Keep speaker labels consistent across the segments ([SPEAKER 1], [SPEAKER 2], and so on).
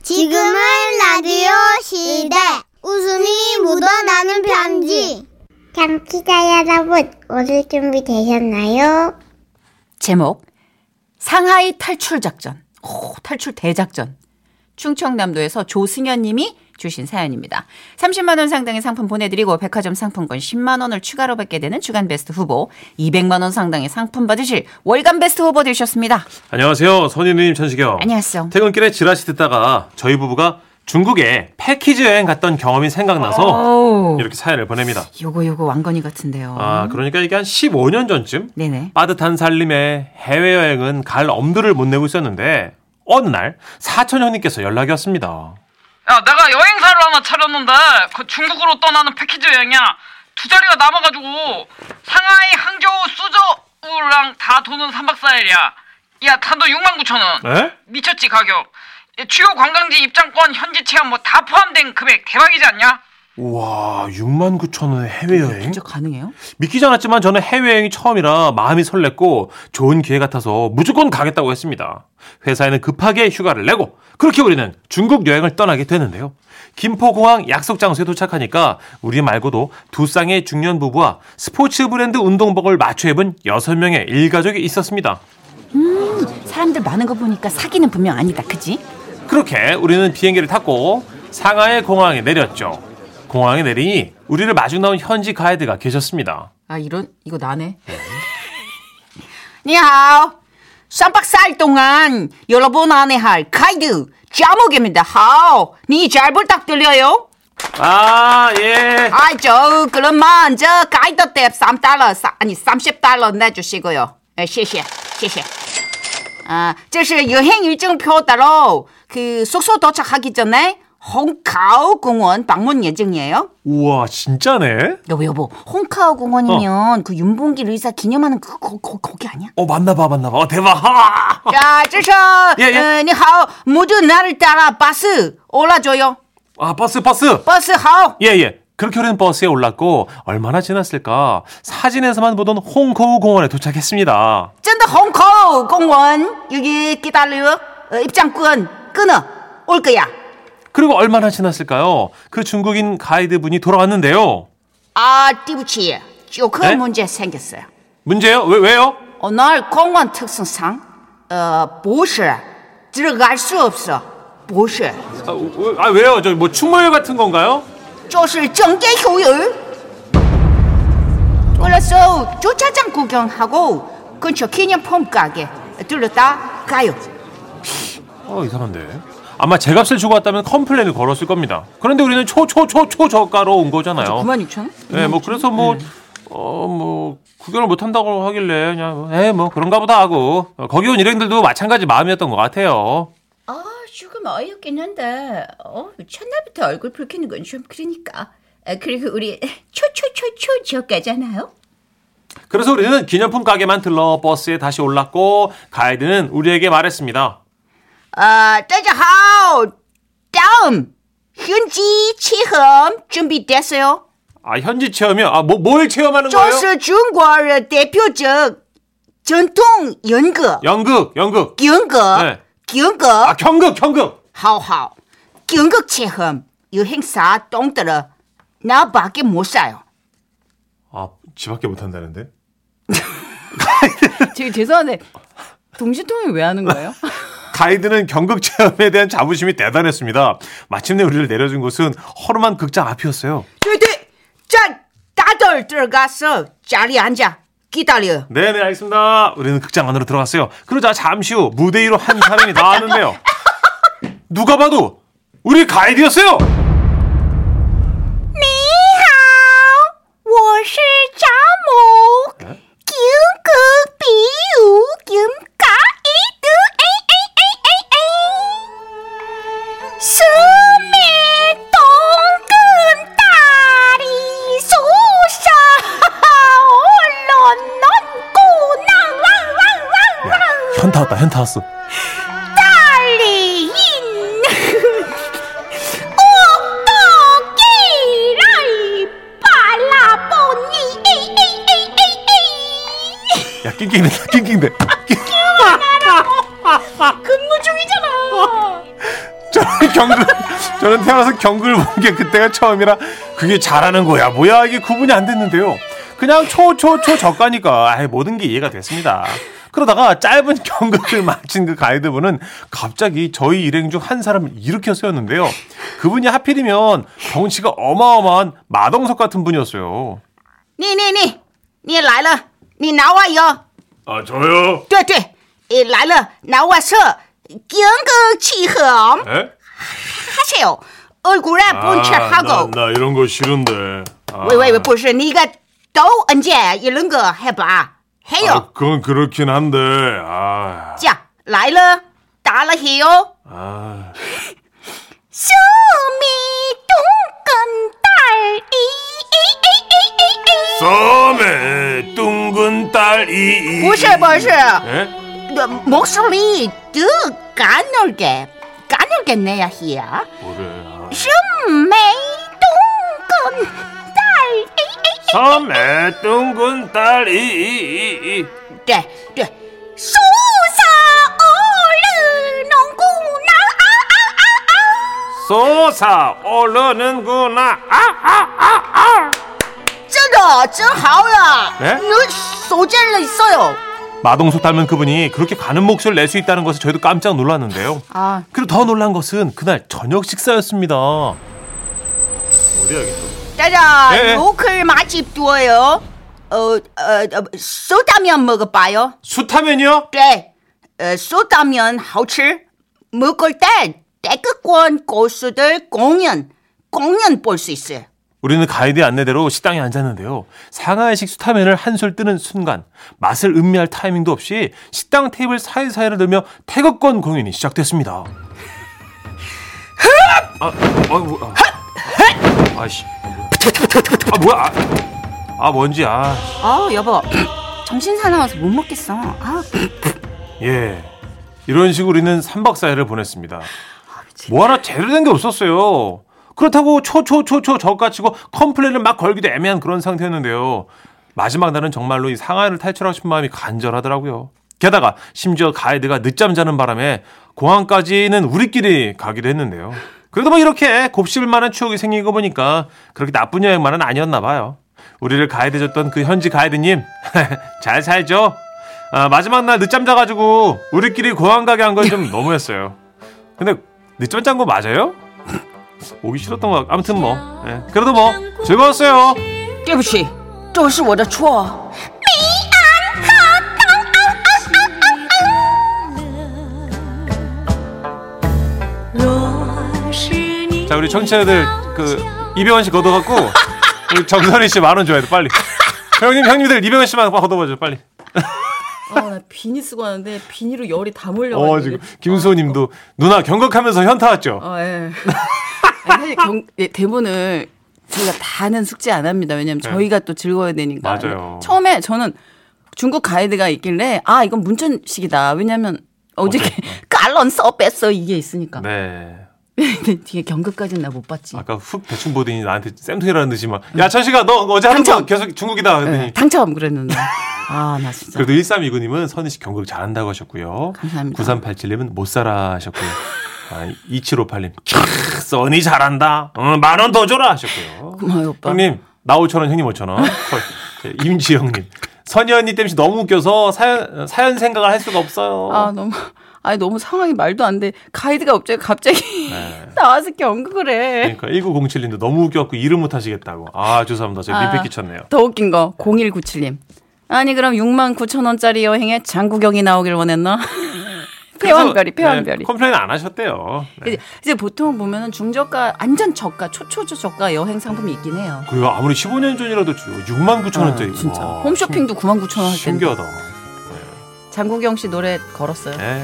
[SPEAKER 1] 지금은 라디오 시대. 웃음이 묻어나는 편지.
[SPEAKER 2] 참치자 여러분, 오늘 준비 되셨나요?
[SPEAKER 3] 제목 상하이 탈출 작전. 오, 탈출 대작전. 충청남도에서 조승현 님이 주신 사연입니다. 30만 원 상당의 상품 보내 드리고 백화점 상품권 10만 원을 추가로 받게 되는 주간 베스트 후보, 200만 원 상당의 상품 받으실 월간 베스트 후보 되셨습니다.
[SPEAKER 4] 안녕하세요. 선희누님 천식영.
[SPEAKER 3] 안녕하세요.
[SPEAKER 4] 퇴근길에 지라시 듣다가 저희 부부가 중국에 패키지 여행 갔던 경험이 생각나서
[SPEAKER 3] 오.
[SPEAKER 4] 이렇게 사연을 보냅니다.
[SPEAKER 3] 요거 요거 왕건이 같은데요.
[SPEAKER 4] 아, 그러니까 이게 한 15년 전쯤
[SPEAKER 3] 네네.
[SPEAKER 4] 빠듯한 살림에 해외여행은 갈 엄두를 못 내고 있었는데 어느 날 사촌 형님께서 연락이 왔습니다.
[SPEAKER 5] 야, 내가 여행사를 하나 차렸는데 그 중국으로 떠나는 패키지 여행이야. 두 자리가 남아가지고 상하이, 항저우, 수저우랑 다 도는 3박 4일이야. 야, 단돈 6만 9천 원.
[SPEAKER 4] 에?
[SPEAKER 5] 미쳤지 가격. 이 주요 관광지 입장권, 현지 체험 뭐 다 포함된 금액 대박이지 않냐?
[SPEAKER 4] 우와, 6만 9천 원의 해외여행?
[SPEAKER 3] 진짜 가능해요?
[SPEAKER 4] 믿기지 않았지만 저는 해외여행이 처음이라 마음이 설렜고 좋은 기회 같아서 무조건 가겠다고 했습니다. 회사에는 급하게 휴가를 내고 그렇게 우리는 중국 여행을 떠나게 되는데요. 김포공항 약속 장소에 도착하니까 우리 말고도 두 쌍의 중년 부부와 스포츠 브랜드 운동복을 맞춰 입은 여섯 명의 일가족이 있었습니다.
[SPEAKER 3] 사람들 많은 거 보니까 사기는 분명 아니다. 그지?
[SPEAKER 4] 그렇게 우리는 비행기를 탔고 상하이 공항에 내렸죠. 공항에 내리니 우리를 마중 나온 현지 가이드가 계셨습니다.
[SPEAKER 3] 아 이런 이거 나네. 니하오. 3박 4일 동안 여러분 안내할 가이드 자목입니다. 하오. 니잘 부탁드려요.
[SPEAKER 4] 아, 예.
[SPEAKER 3] 아, 저 그럼 먼저 가이드 탭 3달러 사, 아니 30달러 내주시고요. 예, 谢谢.谢谢. 아, 这是 여행 일정표 따로 그 숙소 도착하기 전에 홍카오 공원 방문 예정이에요.
[SPEAKER 4] 우와, 진짜네.
[SPEAKER 3] 여보 여보 홍카오 공원이면 그 윤봉길 의사 기념하는 그 거, 거, 거기 아니야?
[SPEAKER 4] 어 맞나 봐 맞나 봐어 대박 아!
[SPEAKER 3] 자, 주셔.
[SPEAKER 4] 예, 예.
[SPEAKER 3] 어, 니하오 모두 나를 따라 버스 올라줘요.
[SPEAKER 4] 아 버스 버스
[SPEAKER 3] 버스 하오.
[SPEAKER 4] 예예 그렇게 우리는 버스에 올랐고 얼마나 지났을까 사진에서만 보던 홍커우 공원에 도착했습니다
[SPEAKER 3] 쩐다 홍콩 공원 여기 기다려. 어, 입장권 끊어. 올 거야.
[SPEAKER 4] 그리고 얼마나 지났을까요 그 중국인 가이드분이 돌아왔는데요
[SPEAKER 3] 아, 띠부치. 조금
[SPEAKER 4] 네?
[SPEAKER 3] 문제 생겼어요.
[SPEAKER 4] 문제요 왜 왜요
[SPEAKER 3] 오늘 공원 특성상 어, 보스 들어갈 수 없어. 보스.
[SPEAKER 4] 아, 왜, 아, 왜요 저 뭐 충무회 같은 건가요
[SPEAKER 3] 就是정계 효율. 그래서 주차장 구경하고 근처 기념품 가게 들렀다 가요.
[SPEAKER 4] 어 이상한데 아마 제 값을 주고 왔다면 컴플레인을 걸었을 겁니다 그런데 우리는 초 초 초 초 저가로 온 거잖아요
[SPEAKER 3] 6천 원?
[SPEAKER 4] 예, 뭐 그래서 뭐 어, 뭐 구경을 못 한다고 하길래 그냥 뭐, 에이 뭐 그런가 보다 하고 어, 거기 온 일행들도 마찬가지 마음이었던 것 같아요.
[SPEAKER 6] 아, 조금 어이없긴 한데, 어, 첫날부터 얼굴 붉히는 건 좀 그러니까. 아, 그리고 우리 초초초초 지역가잖아요.
[SPEAKER 4] 그래서 우리는 기념품 가게만 들러 버스에 다시 올랐고 가이드는 우리에게 말했습니다.
[SPEAKER 3] 아, 짜자하오. 다음 현지 체험 준비됐어요.
[SPEAKER 4] 아 현지 체험이요? 아뭐 뭘 체험하는 거예요?
[SPEAKER 3] 조스 중국 대표적 전통 연극,
[SPEAKER 4] 연극, 연극.
[SPEAKER 3] 연극,
[SPEAKER 4] 네.
[SPEAKER 3] 연극,
[SPEAKER 4] 아 경극, 경극.
[SPEAKER 3] 하오하오, 연극 체험 여행사 똥들어 나밖에 못 사요.
[SPEAKER 4] 아집 밖에 못 한다는데?
[SPEAKER 7] 되게 죄송한데 동시통역 왜 하는 거예요?
[SPEAKER 4] 가이드는 경극 체험에 대한 자부심이 대단했습니다. 마침내 우리를 내려준 곳은 허름한 극장 앞이었어요.
[SPEAKER 3] 저기 자 다들 들어가서 자리 앉아 기다려.
[SPEAKER 4] 네네 알겠습니다. 우리는 극장 안으로 들어갔어요. 그러자 잠시 후 무대 위로 한 사람이 나왔는데요. 누가 봐도 우리 가이드였어요.
[SPEAKER 2] 你好，我是查某，金戈比如金戈一德，哎哎哎哎，四面东跟大理树上，乱乱鼓囊，乱乱乱乱。
[SPEAKER 4] 현타 왔다 현타 왔어.
[SPEAKER 2] 달리인 어떻게 빨라보니
[SPEAKER 4] 야 낑낑대 낑낑대.
[SPEAKER 2] 근무 중이잖아
[SPEAKER 4] 저런 경글 저는 태어나서 경글 본 게 그때가 처음이라 그게 잘하는 거야 뭐야 이게 구분이 안 됐는데요. 그냥 초 초 초 저가니까 아예 모든 게 이해가 됐습니다. 그러다가 짧은 경극을 마친 그 가이드분은 갑자기 저희 일행 중 한 사람을 일으켜 세웠는데요. 그분이 하필이면 경치가 어마어마한 마동석 같은 분이었어요.
[SPEAKER 3] 你你你，你来了，你拿我油，
[SPEAKER 4] 아 저요?
[SPEAKER 3] 对对，你来了拿我射，整个契合，哈
[SPEAKER 4] 에?
[SPEAKER 3] 切哟，我果然
[SPEAKER 4] 아,
[SPEAKER 3] 不吃哈狗。
[SPEAKER 4] 이런 거 싫은데. 아.
[SPEAKER 3] 喂喂喂，不是你个抖恩见一轮个还吧？还有
[SPEAKER 4] 아, 그건 그렇긴 한데. 아.
[SPEAKER 3] 讲来了，打了黑哟，
[SPEAKER 4] 아.
[SPEAKER 3] 小米东根带儿
[SPEAKER 4] 썸에 둥근 딸이
[SPEAKER 3] 不是不是，
[SPEAKER 4] 예?
[SPEAKER 3] 呃没事里得干那个，干那个那样黑啊。
[SPEAKER 4] 뭐래 아.
[SPEAKER 3] 美东根带
[SPEAKER 4] 썸에 둥근 딸이
[SPEAKER 3] 对对，树上二人农姑娘啊啊啊啊！
[SPEAKER 4] 솟아 오르는구나 아!
[SPEAKER 3] 真的真好呀！
[SPEAKER 4] 哎
[SPEAKER 3] 你手机里있어요
[SPEAKER 4] 마동석 닮은 그분이 그렇게 가는 몫을 낼 수 있다는 것에 저희도 깜짝 놀랐는데요
[SPEAKER 8] 아,
[SPEAKER 4] 그리고 더 놀란 것은 그날 저녁 식사였습니다 어디야 이게
[SPEAKER 3] 짜자,
[SPEAKER 4] 예, 예.
[SPEAKER 3] 로컬 맛집 두어요. 어, 어, 어, 소다면 먹어봐요.
[SPEAKER 4] 수타면이요?
[SPEAKER 3] 네, 어, 소다면 好吃. 먹을 때 대극권 고수들 공연, 공연 볼 수 있어요.
[SPEAKER 4] 우리는 가이드의 안내대로 식당에 앉았는데요. 상하이식 수타면을 한술 뜨는 순간 맛을 음미할 타이밍도 없이 식당 테이블 사이사이를 들며 태극권 공연이 시작됐습니다. 아, 아이고, 아, 아이씨, 아 뭐야? 아, 아 뭔지 아.
[SPEAKER 8] 아 여보 정신 사나워서 못 먹겠어. 아,
[SPEAKER 4] 예. 이런 식으로 우리는 3박 4일을 보냈습니다. 뭐 하나 제대로 된 게 없었어요. 그렇다고 초초초초 저가치고 컴플레인을 막 걸기도 애매한 그런 상태였는데요. 마지막 날은 정말로 이 상하이를 탈출하고 싶은 마음이 간절하더라고요. 게다가 심지어 가이드가 늦잠 자는 바람에 공항까지는 우리끼리 가기도 했는데요. 그래도 뭐 이렇게 곱씹을 만한 추억이 생긴 거 보니까 그렇게 나쁜 여행만은 아니었나 봐요. 우리를 가이드해줬던 그 현지 가이드님 잘 살죠? 아, 마지막 날 늦잠 자가지고 우리끼리 공항 가게 한 건 좀 너무했어요. 근데 늦잠 잔 거 맞아요? 오기 싫었던 거 같- 아무튼 뭐 예. 그래도 뭐 즐거웠어요.
[SPEAKER 8] 对不起这是我的错
[SPEAKER 4] 자 우리 청취자들 그 200원씩 걷어갖고 우리 정선희 씨 만 원 줘야 돼 빨리. 형님 형님들 200원씩만 걷어봐줘 빨리.
[SPEAKER 9] 어, 아나 비니 쓰고 왔는데 비니로 열이 다 몰려가지고
[SPEAKER 4] 어 지금 김수호님도 누나 경극하면서 현타 왔죠.
[SPEAKER 9] 아, 예. 아니, 사실 경, 예, 대본을 저희가 다는 숙제 안 합니다. 왜냐면 저희가 또 즐거워야 되니까.
[SPEAKER 4] 네. 맞아요.
[SPEAKER 9] 처음에 저는 중국 가이드가 있길래 아 이건 문전식이다. 왜냐면 어제 깔런 써 뺐어 이게 있으니까.
[SPEAKER 4] 네.
[SPEAKER 9] 근데 뒤에 경극까지는 나 못 봤지.
[SPEAKER 4] 아까 훅 대충 보더니 나한테 쌤통이라는 듯이 막야 천식아 너 어제 하는 거
[SPEAKER 9] 당첨!
[SPEAKER 4] 계속 중국이다 그랬더니
[SPEAKER 9] 예, 당첨 그랬는데. 아 나 진짜.
[SPEAKER 4] 네. 그래도 1329님은 선희 씨 경극 잘한다고 하셨고요.
[SPEAKER 9] 감사합니다.
[SPEAKER 4] 9387님은 못 살아 하셨고요. 아, 2758님, 캬, 써니 잘한다. 어, 만원 더 줘라 하셨고요.
[SPEAKER 9] 고마워요 오빠.
[SPEAKER 4] 형님, 나 5천원, 형님 5천원. 임지영님, 선희 언니 땜시 너무 웃겨서 사연, 사연 생각을 할 수가 없어요.
[SPEAKER 9] 아 너무 아니 너무 상황이 말도 안 돼. 가이드가 갑자기 갑자기
[SPEAKER 4] 네.
[SPEAKER 9] 나와서 경극을 해.
[SPEAKER 4] 그러니까 1907님도 너무 웃겨갖고 이름 못 하시겠다고. 아, 죄송합니다. 제가
[SPEAKER 9] 아,
[SPEAKER 4] 민폐 끼쳤네요.
[SPEAKER 9] 더 웃긴 거 0197님. 아니 그럼 6만 9천 원짜리 여행에 장구경이 나오길 원했나?
[SPEAKER 4] 그래서,
[SPEAKER 9] 폐왕별이
[SPEAKER 4] 네,
[SPEAKER 9] 폐왕별이.
[SPEAKER 4] 컴플레인 안 하셨대요. 네.
[SPEAKER 9] 이제, 이제 보통 보면은 중저가 완전 저가 초초저 저가 여행 상품이 있긴 해요.
[SPEAKER 4] 그리고 아무리 15년 전이라도 6만 9천 원짜리.
[SPEAKER 9] 아, 진짜.
[SPEAKER 4] 와,
[SPEAKER 9] 홈쇼핑도 9만 9천 원 할 때.
[SPEAKER 4] 신기하다.
[SPEAKER 9] 장구경 씨 노래 걸었어요.
[SPEAKER 4] 네.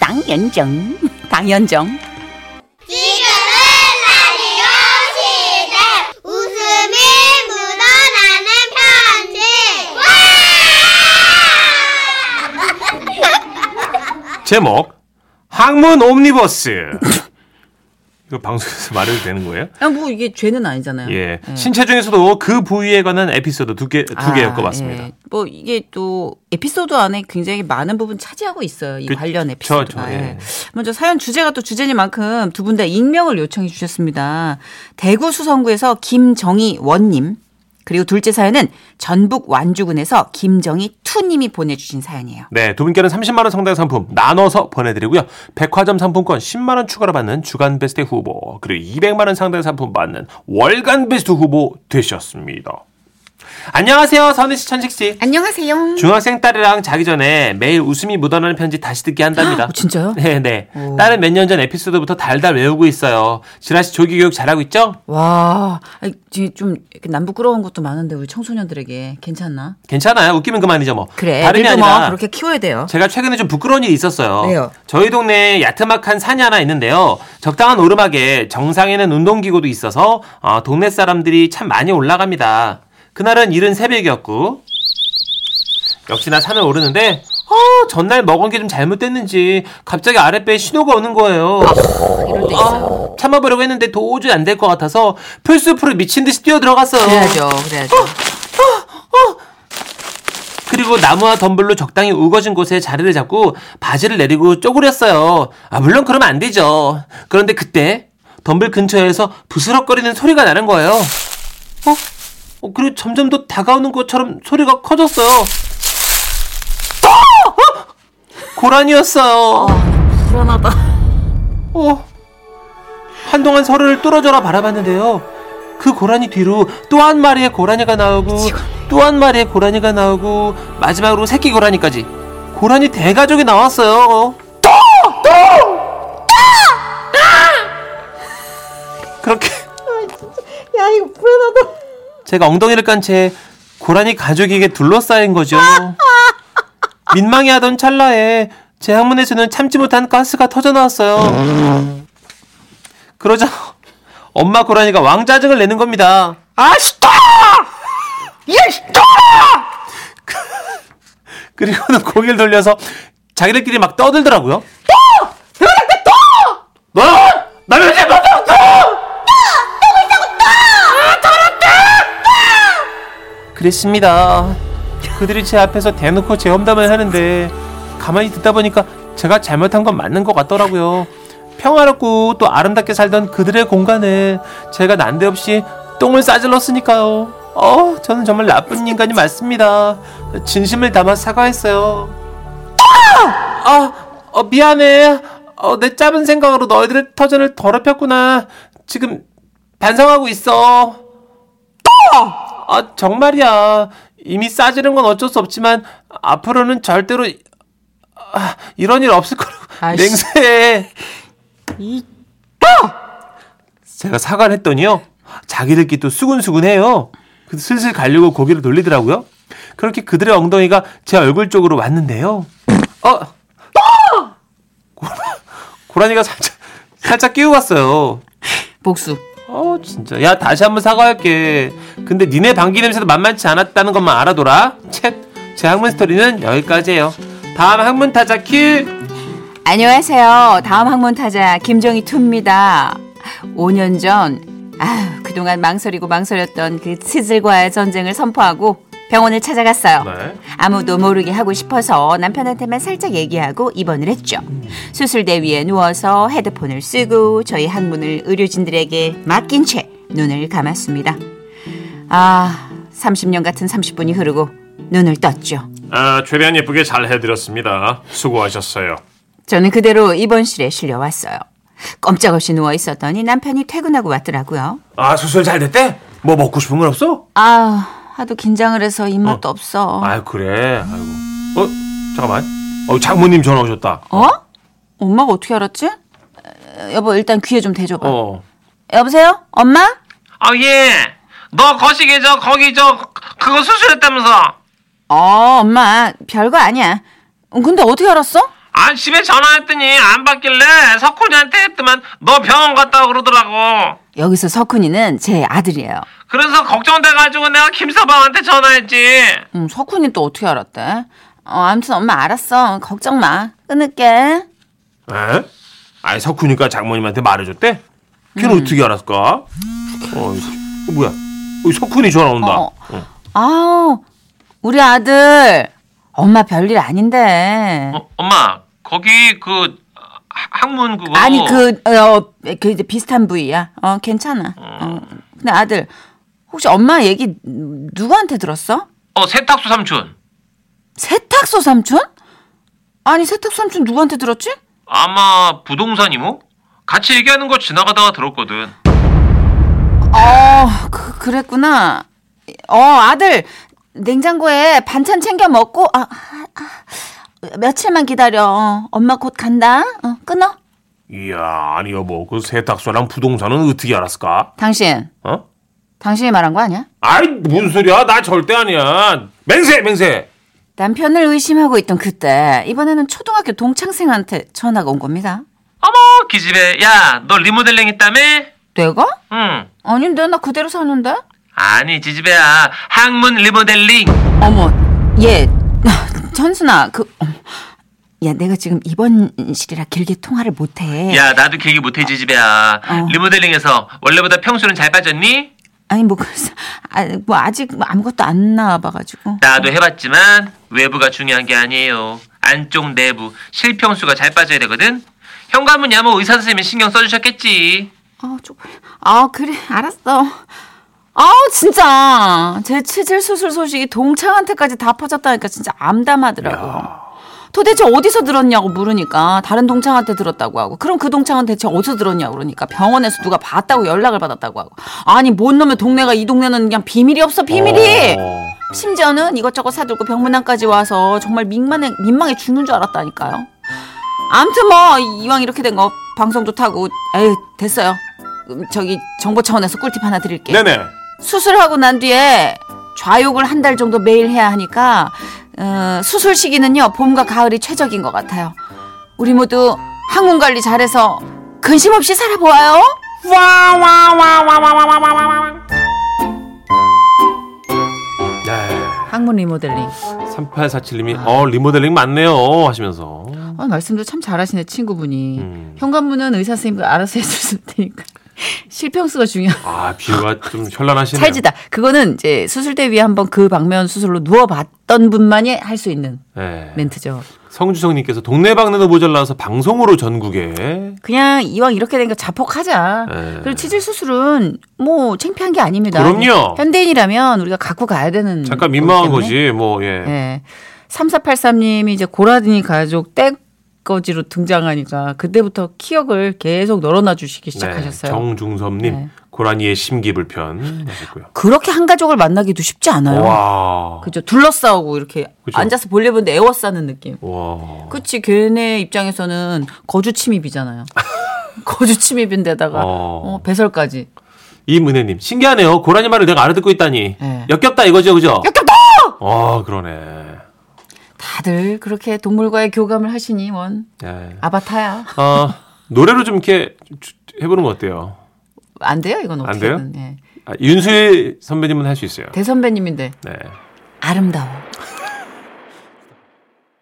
[SPEAKER 9] 당연정. 당연정.
[SPEAKER 2] 지금은 라디오 시대 웃음이 묻어나는 편지
[SPEAKER 4] 제목 학문 옴니버스 이거 방송에서 말해도 되는 거예요?
[SPEAKER 3] 아, 뭐 이게 죄는 아니잖아요.
[SPEAKER 4] 예. 신체 중에서도 그 부위에 관한 에피소드 두 개, 두 개 엮어봤습니다.
[SPEAKER 3] 예. 뭐 이게 또 에피소드 안에 굉장히 많은 부분 차지하고 있어요. 이
[SPEAKER 4] 그쵸,
[SPEAKER 3] 관련 에피소드가.
[SPEAKER 4] 저, 예.
[SPEAKER 3] 먼저 사연 주제가 또 주제니만큼 두 분 다 익명을 요청해 주셨습니다. 대구 수성구에서 김정희 원님 그리고 둘째 사연은 전북 완주군에서 김정희 투님이 보내주신 사연이에요.
[SPEAKER 4] 네, 두 분께는 30만원 상당 상품 나눠서 보내드리고요. 백화점 상품권 10만원 추가로 받는 주간 베스트 후보, 그리고 200만원 상당 상품 받는 월간 베스트 후보 되셨습니다. 안녕하세요, 선희 씨, 천식 씨.
[SPEAKER 10] 안녕하세요.
[SPEAKER 4] 중학생 딸이랑 자기 전에 매일 웃음이 묻어나는 편지 다시 듣게 한답니다.
[SPEAKER 3] 어, 진짜요?
[SPEAKER 4] 네, 네. 딸은 몇 년 전 에피소드부터 달달 외우고 있어요. 지라 씨 조기 교육 잘하고 있죠?
[SPEAKER 3] 와, 아니, 이게 좀 이렇게 남부끄러운 것도 많은데 우리 청소년들에게 괜찮나?
[SPEAKER 4] 괜찮아요. 웃기면 그만이죠, 뭐.
[SPEAKER 3] 그래,
[SPEAKER 4] 다름이
[SPEAKER 3] 애들도 뭐
[SPEAKER 4] 아니라
[SPEAKER 3] 그렇게 키워야 돼요.
[SPEAKER 4] 제가 최근에 좀 부끄러운 일이 있었어요.
[SPEAKER 3] 왜요?
[SPEAKER 4] 저희 동네에 야트막한 산이 하나 있는데요. 적당한 오르막에 정상에는 운동기구도 있어서 아, 동네 사람들이 참 많이 올라갑니다. 그날은 이른 새벽이었고 역시나 산을 오르는데 어, 전날 먹은 게 좀 잘못됐는지 갑자기 아랫배에 신호가 오는 거예요.
[SPEAKER 3] 이럴 때 있어요.
[SPEAKER 4] 아, 참아보려고 했는데 도저히 안 될 것 같아서 풀숲으로 미친 듯이 뛰어 들어갔어요.
[SPEAKER 3] 그래야죠, 그래야죠.
[SPEAKER 4] 그리고 나무와 덤불로 적당히 우거진 곳에 자리를 잡고 바지를 내리고 쪼그렸어요. 아, 물론 그러면 안 되죠. 그런데 그때 덤불 근처에서 부스럭거리는 소리가 나는 거예요. 어? 어, 그리고 점점 더 다가오는 것처럼 소리가 커졌어요. 아! 어! 고라니였어요.
[SPEAKER 3] 아, 불안하다.
[SPEAKER 4] 어. 한동안 서로를 뚫어져라 바라봤는데요. 그 고라니 뒤로 또 한 마리의 고라니가 나오고 또 한 마리의 고라니가 나오고 마지막으로 새끼 고라니까지 고라니 대가족이 나왔어요. 아! 그렇게 제가 엉덩이를 깐 채 고라니 가족에게 둘러싸인 거죠. 민망해하던 찰나에 제 항문에서는 참지 못한 가스가 터져 나왔어요. 그러자 엄마 고라니가 왕짜증을 내는 겁니다. 아 시끄러! 예
[SPEAKER 10] 어,
[SPEAKER 4] 시끄러! 그리고는 고개를 돌려서 자기들끼리 막 떠들더라고요. 또! 그러니까 또! 너! 남의 집 맞아! 또! 또! 또! 또! 또! 아, 그랬습니다. 그들이 제 앞에서 대놓고 제 험담을 하는데 가만히 듣다 보니까 제가 잘못한 건 맞는 것 같더라고요. 평화롭고 또 아름답게 살던 그들의 공간에 제가 난데없이 똥을 싸질렀으니까요. 어, 저는 정말 나쁜 인간이 맞습니다. 진심을 담아 사과했어요. 아, 어, 미안해. 어, 내 짧은 생각으로 너희들의 터전을 더럽혔구나. 지금 반성하고 있어. 아, 정말이야. 이미 싸지른 건 어쩔 수 없지만 앞으로는 절대로 이- 아, 이런 일 없을 거라고
[SPEAKER 3] 아이씨.
[SPEAKER 4] 맹세해. 제가 사과를 했더니요. 자기들끼리 또 수근수근해요. 그 슬슬 가려고 고개를 돌리더라고요. 그렇게 그들의 엉덩이가 제 얼굴 쪽으로 왔는데요. 어, 고라- 고라니가 살짝 살짝 끼우고 갔어요.
[SPEAKER 3] 복수.
[SPEAKER 4] 어 진짜 야 다시 한번 사과할게 근데 니네 방귀 냄새도 만만치 않았다는 것만 알아둬라 챗제 학문 스토리는 여기까지예요 다음 학문 타자 큐
[SPEAKER 3] 안녕하세요. 다음 학문 타자 김정희 투입니다. 5년 전, 아 그동안 망설이고 망설였던 그 치질과의 전쟁을 선포하고 병원을 찾아갔어요. 아무도 모르게 하고 싶어서 남편한테만 살짝 얘기하고 입원을 했죠. 수술대 위에 누워서 헤드폰을 쓰고 저희 학문을 의료진들에게 맡긴 채 눈을 감았습니다. 아, 30년 같은 30분이 흐르고 눈을 떴죠.
[SPEAKER 4] 아, 최대한 예쁘게 잘 해드렸습니다 수고하셨어요
[SPEAKER 3] 저는 그대로 입원실에 실려왔어요. 꼼짝없이 누워 있었더니 남편이 퇴근하고 왔더라고요.
[SPEAKER 4] 아 수술 잘 됐대? 뭐 먹고 싶은 건 없어?
[SPEAKER 3] 아, 하도 긴장을 해서 입맛도 없어.
[SPEAKER 4] 아 그래 아이고 어 잠깐만 어 장모님 전화 오셨다
[SPEAKER 3] 어? 엄마가 어떻게 알았지? 에, 여보, 일단 귀에 좀 대줘봐.
[SPEAKER 4] 어
[SPEAKER 3] 여보세요? 엄마?
[SPEAKER 11] 아 예. 너 거시기 저 거기 저 그거 수술했다면서.
[SPEAKER 3] 어, 엄마, 별거 아니야. 어, 근데 어떻게 알았어?
[SPEAKER 11] 아 집에 전화했더니 안 받길래 석훈이한테 했더만 너 병원 갔다 그러더라고.
[SPEAKER 3] 여기서 석훈이는 제 아들이에요.
[SPEAKER 11] 그래서 걱정돼가지고 내가 김서방한테 전화했지.
[SPEAKER 3] 음, 석훈이 또 어떻게 알았대? 어, 아무튼 엄마 알았어. 걱정 마. 끊을게.
[SPEAKER 4] 에? 아이 석훈이가 장모님한테 말해줬대?
[SPEAKER 12] 걔는
[SPEAKER 3] 음.
[SPEAKER 12] 어떻게 알았을까? 어, 이거 뭐야? 어, 석훈이 전화 온다.
[SPEAKER 3] 어, 아우, 우리 아들. 엄마 별일 아닌데.
[SPEAKER 4] 어, 엄마 거기 그 아, 항문 그거
[SPEAKER 3] 아니, 그, 어, 그 이제 비슷한 부위야. 어, 괜찮아. 어. 근데 아들, 혹시 엄마 얘기 누구한테 들었어?
[SPEAKER 4] 어 세탁소 삼촌
[SPEAKER 3] 세탁소 삼촌? 아니, 세탁소 삼촌 누구한테 들었지?
[SPEAKER 4] 아마 부동산 이모 뭐? 같이 얘기하는 거 지나가다가 들었거든
[SPEAKER 3] 어, 그, 그랬구나. 어, 아들, 냉장고에 반찬 챙겨 먹고, 아, 아, 아, 며칠만 기다려. 어, 엄마 곧 간다. 어, 끊어.
[SPEAKER 12] 이야, 아니 여보, 그 세탁소랑 부동산은 어떻게 알았을까?
[SPEAKER 3] 당신,
[SPEAKER 12] 어?
[SPEAKER 3] 당신이 말한 거 아니야?
[SPEAKER 12] 아이 무슨 소리야? 나 절대 아니야. 맹세, 맹세.
[SPEAKER 3] 남편을 의심하고 있던 그때, 이번에는 초등학교 동창생한테 전화가 온 겁니다.
[SPEAKER 4] 어머 기집애 야 너 리모델링 했다며
[SPEAKER 3] 내가?
[SPEAKER 4] 응
[SPEAKER 3] 아닌데, 나 그대로 사는데?
[SPEAKER 4] 아니 지지배야 항문 리모델링
[SPEAKER 3] 어머, 얘, 천순아, 그, 어머. 야, 내가 지금 입원실이라 길게 통화를 못해.
[SPEAKER 4] 야 나도 기억이 못해 지지배야
[SPEAKER 3] 어.
[SPEAKER 4] 리모델링해서 원래보다 평수는 잘 빠졌니?
[SPEAKER 3] 아니 뭐 그래서 아, 뭐 아직 뭐 아무것도 안 나와봐가지고
[SPEAKER 4] 나도 해봤지만 외부가 중요한 게 아니에요 안쪽 내부 실평수가 잘 빠져야 되거든 현관문이 아마 의사 선생님이 신경 써주셨겠지
[SPEAKER 3] 아 쪽팔려 아 그래 알았어 아 진짜 제 치질 수술 소식이 동창한테까지 다 퍼졌다니까 진짜 암담하더라고 도대체 어디서 들었냐고 물으니까 다른 동창한테 들었다고 하고 그럼 그 동창은 대체 어디서 들었냐고 그러니까 병원에서 누가 봤다고 연락을 받았다고 하고 아니 뭔 놈의 동네가 이 동네는 그냥 비밀이 없어 비밀이
[SPEAKER 12] 어.
[SPEAKER 3] 심지어는 이것저것 사들고 병문안까지 와서 정말 민망해, 민망해 죽는 줄 알았다니까요. 암튼 뭐 이왕 이렇게 된 거 방송도 타고 에이 됐어요. 음, 저기 정보 차원에서 꿀팁 하나 드릴게요.
[SPEAKER 12] 네네.
[SPEAKER 3] 수술하고 난 뒤에 좌욕을 한 달 정도 매일 해야 하니까 어, 수술 시기는요 봄과 가을이 최적인 것 같아요. 우리 모두 항문 관리 잘해서 근심 없이 살아보아요.
[SPEAKER 12] 네.
[SPEAKER 3] 항문 리모델링.
[SPEAKER 12] 3847님이
[SPEAKER 9] 아.
[SPEAKER 12] 어 리모델링 맞네요 하시면서.
[SPEAKER 3] 어, 말씀도 참 잘하시네 친구분이.
[SPEAKER 12] 음.
[SPEAKER 3] 현관문은 의사 선생님이 알아서 해주실 테니까 실평수가 중요한.
[SPEAKER 12] 아 비유가 좀 현란하시네요.
[SPEAKER 3] 찰지다. 그거는 이제 수술대 위에 한번 그 방면 수술로 누워봤던 분만이 할 수 있는
[SPEAKER 12] 네.
[SPEAKER 3] 멘트죠.
[SPEAKER 12] 성주성님께서 동네방네 후보 잘라서 방송으로 전국에. 예.
[SPEAKER 3] 그냥 이왕 이렇게 된 거 자폭하자.
[SPEAKER 12] 네.
[SPEAKER 3] 그리고 치질 수술은 뭐 창피한 게 아닙니다.
[SPEAKER 12] 그럼요.
[SPEAKER 3] 현대인이라면 우리가 갖고 가야 되는.
[SPEAKER 12] 잠깐 민망한
[SPEAKER 3] 거기 때문에.
[SPEAKER 12] 거지 뭐 예.
[SPEAKER 3] 예. 3483님이 이제 고라니 가족 땡 거지로 등장하니까 그때부터 키역을 계속 널어놔 주시기 시작하셨어요.
[SPEAKER 12] 네, 정중섭님
[SPEAKER 3] 네.
[SPEAKER 12] 고라니의 심기불편 하셨고요.
[SPEAKER 3] 그렇게 한 가족을 만나기도 쉽지 않아요.
[SPEAKER 12] 와.
[SPEAKER 3] 그죠. 둘러싸우고 이렇게
[SPEAKER 12] 그죠.
[SPEAKER 3] 앉아서 볼일 보는데 애워싸는 느낌.
[SPEAKER 12] 와.
[SPEAKER 3] 그치, 걔네 입장에서는 거주 침입이잖아요. 거주 침입인데다가
[SPEAKER 12] 어.
[SPEAKER 3] 어, 배설까지.
[SPEAKER 12] 이문혜님 신기하네요. 고라니 말을 내가 알아듣고 있다니.
[SPEAKER 3] 네.
[SPEAKER 12] 역겹다 이거죠, 그죠? 역겹다. 아 그러네.
[SPEAKER 3] 다들 그렇게 동물과의 교감을 하시니 원
[SPEAKER 12] 예.
[SPEAKER 3] 아바타야.
[SPEAKER 12] 아 노래로 좀 이렇게 주- 해보는 거 어때요?
[SPEAKER 3] 안 돼요 이건
[SPEAKER 12] 안
[SPEAKER 3] 어떻게든. 예.
[SPEAKER 12] 돼요? 아, 윤수일 선배님은 할 수 있어요.
[SPEAKER 3] 대선배님인데
[SPEAKER 12] 네.
[SPEAKER 3] 아름다워.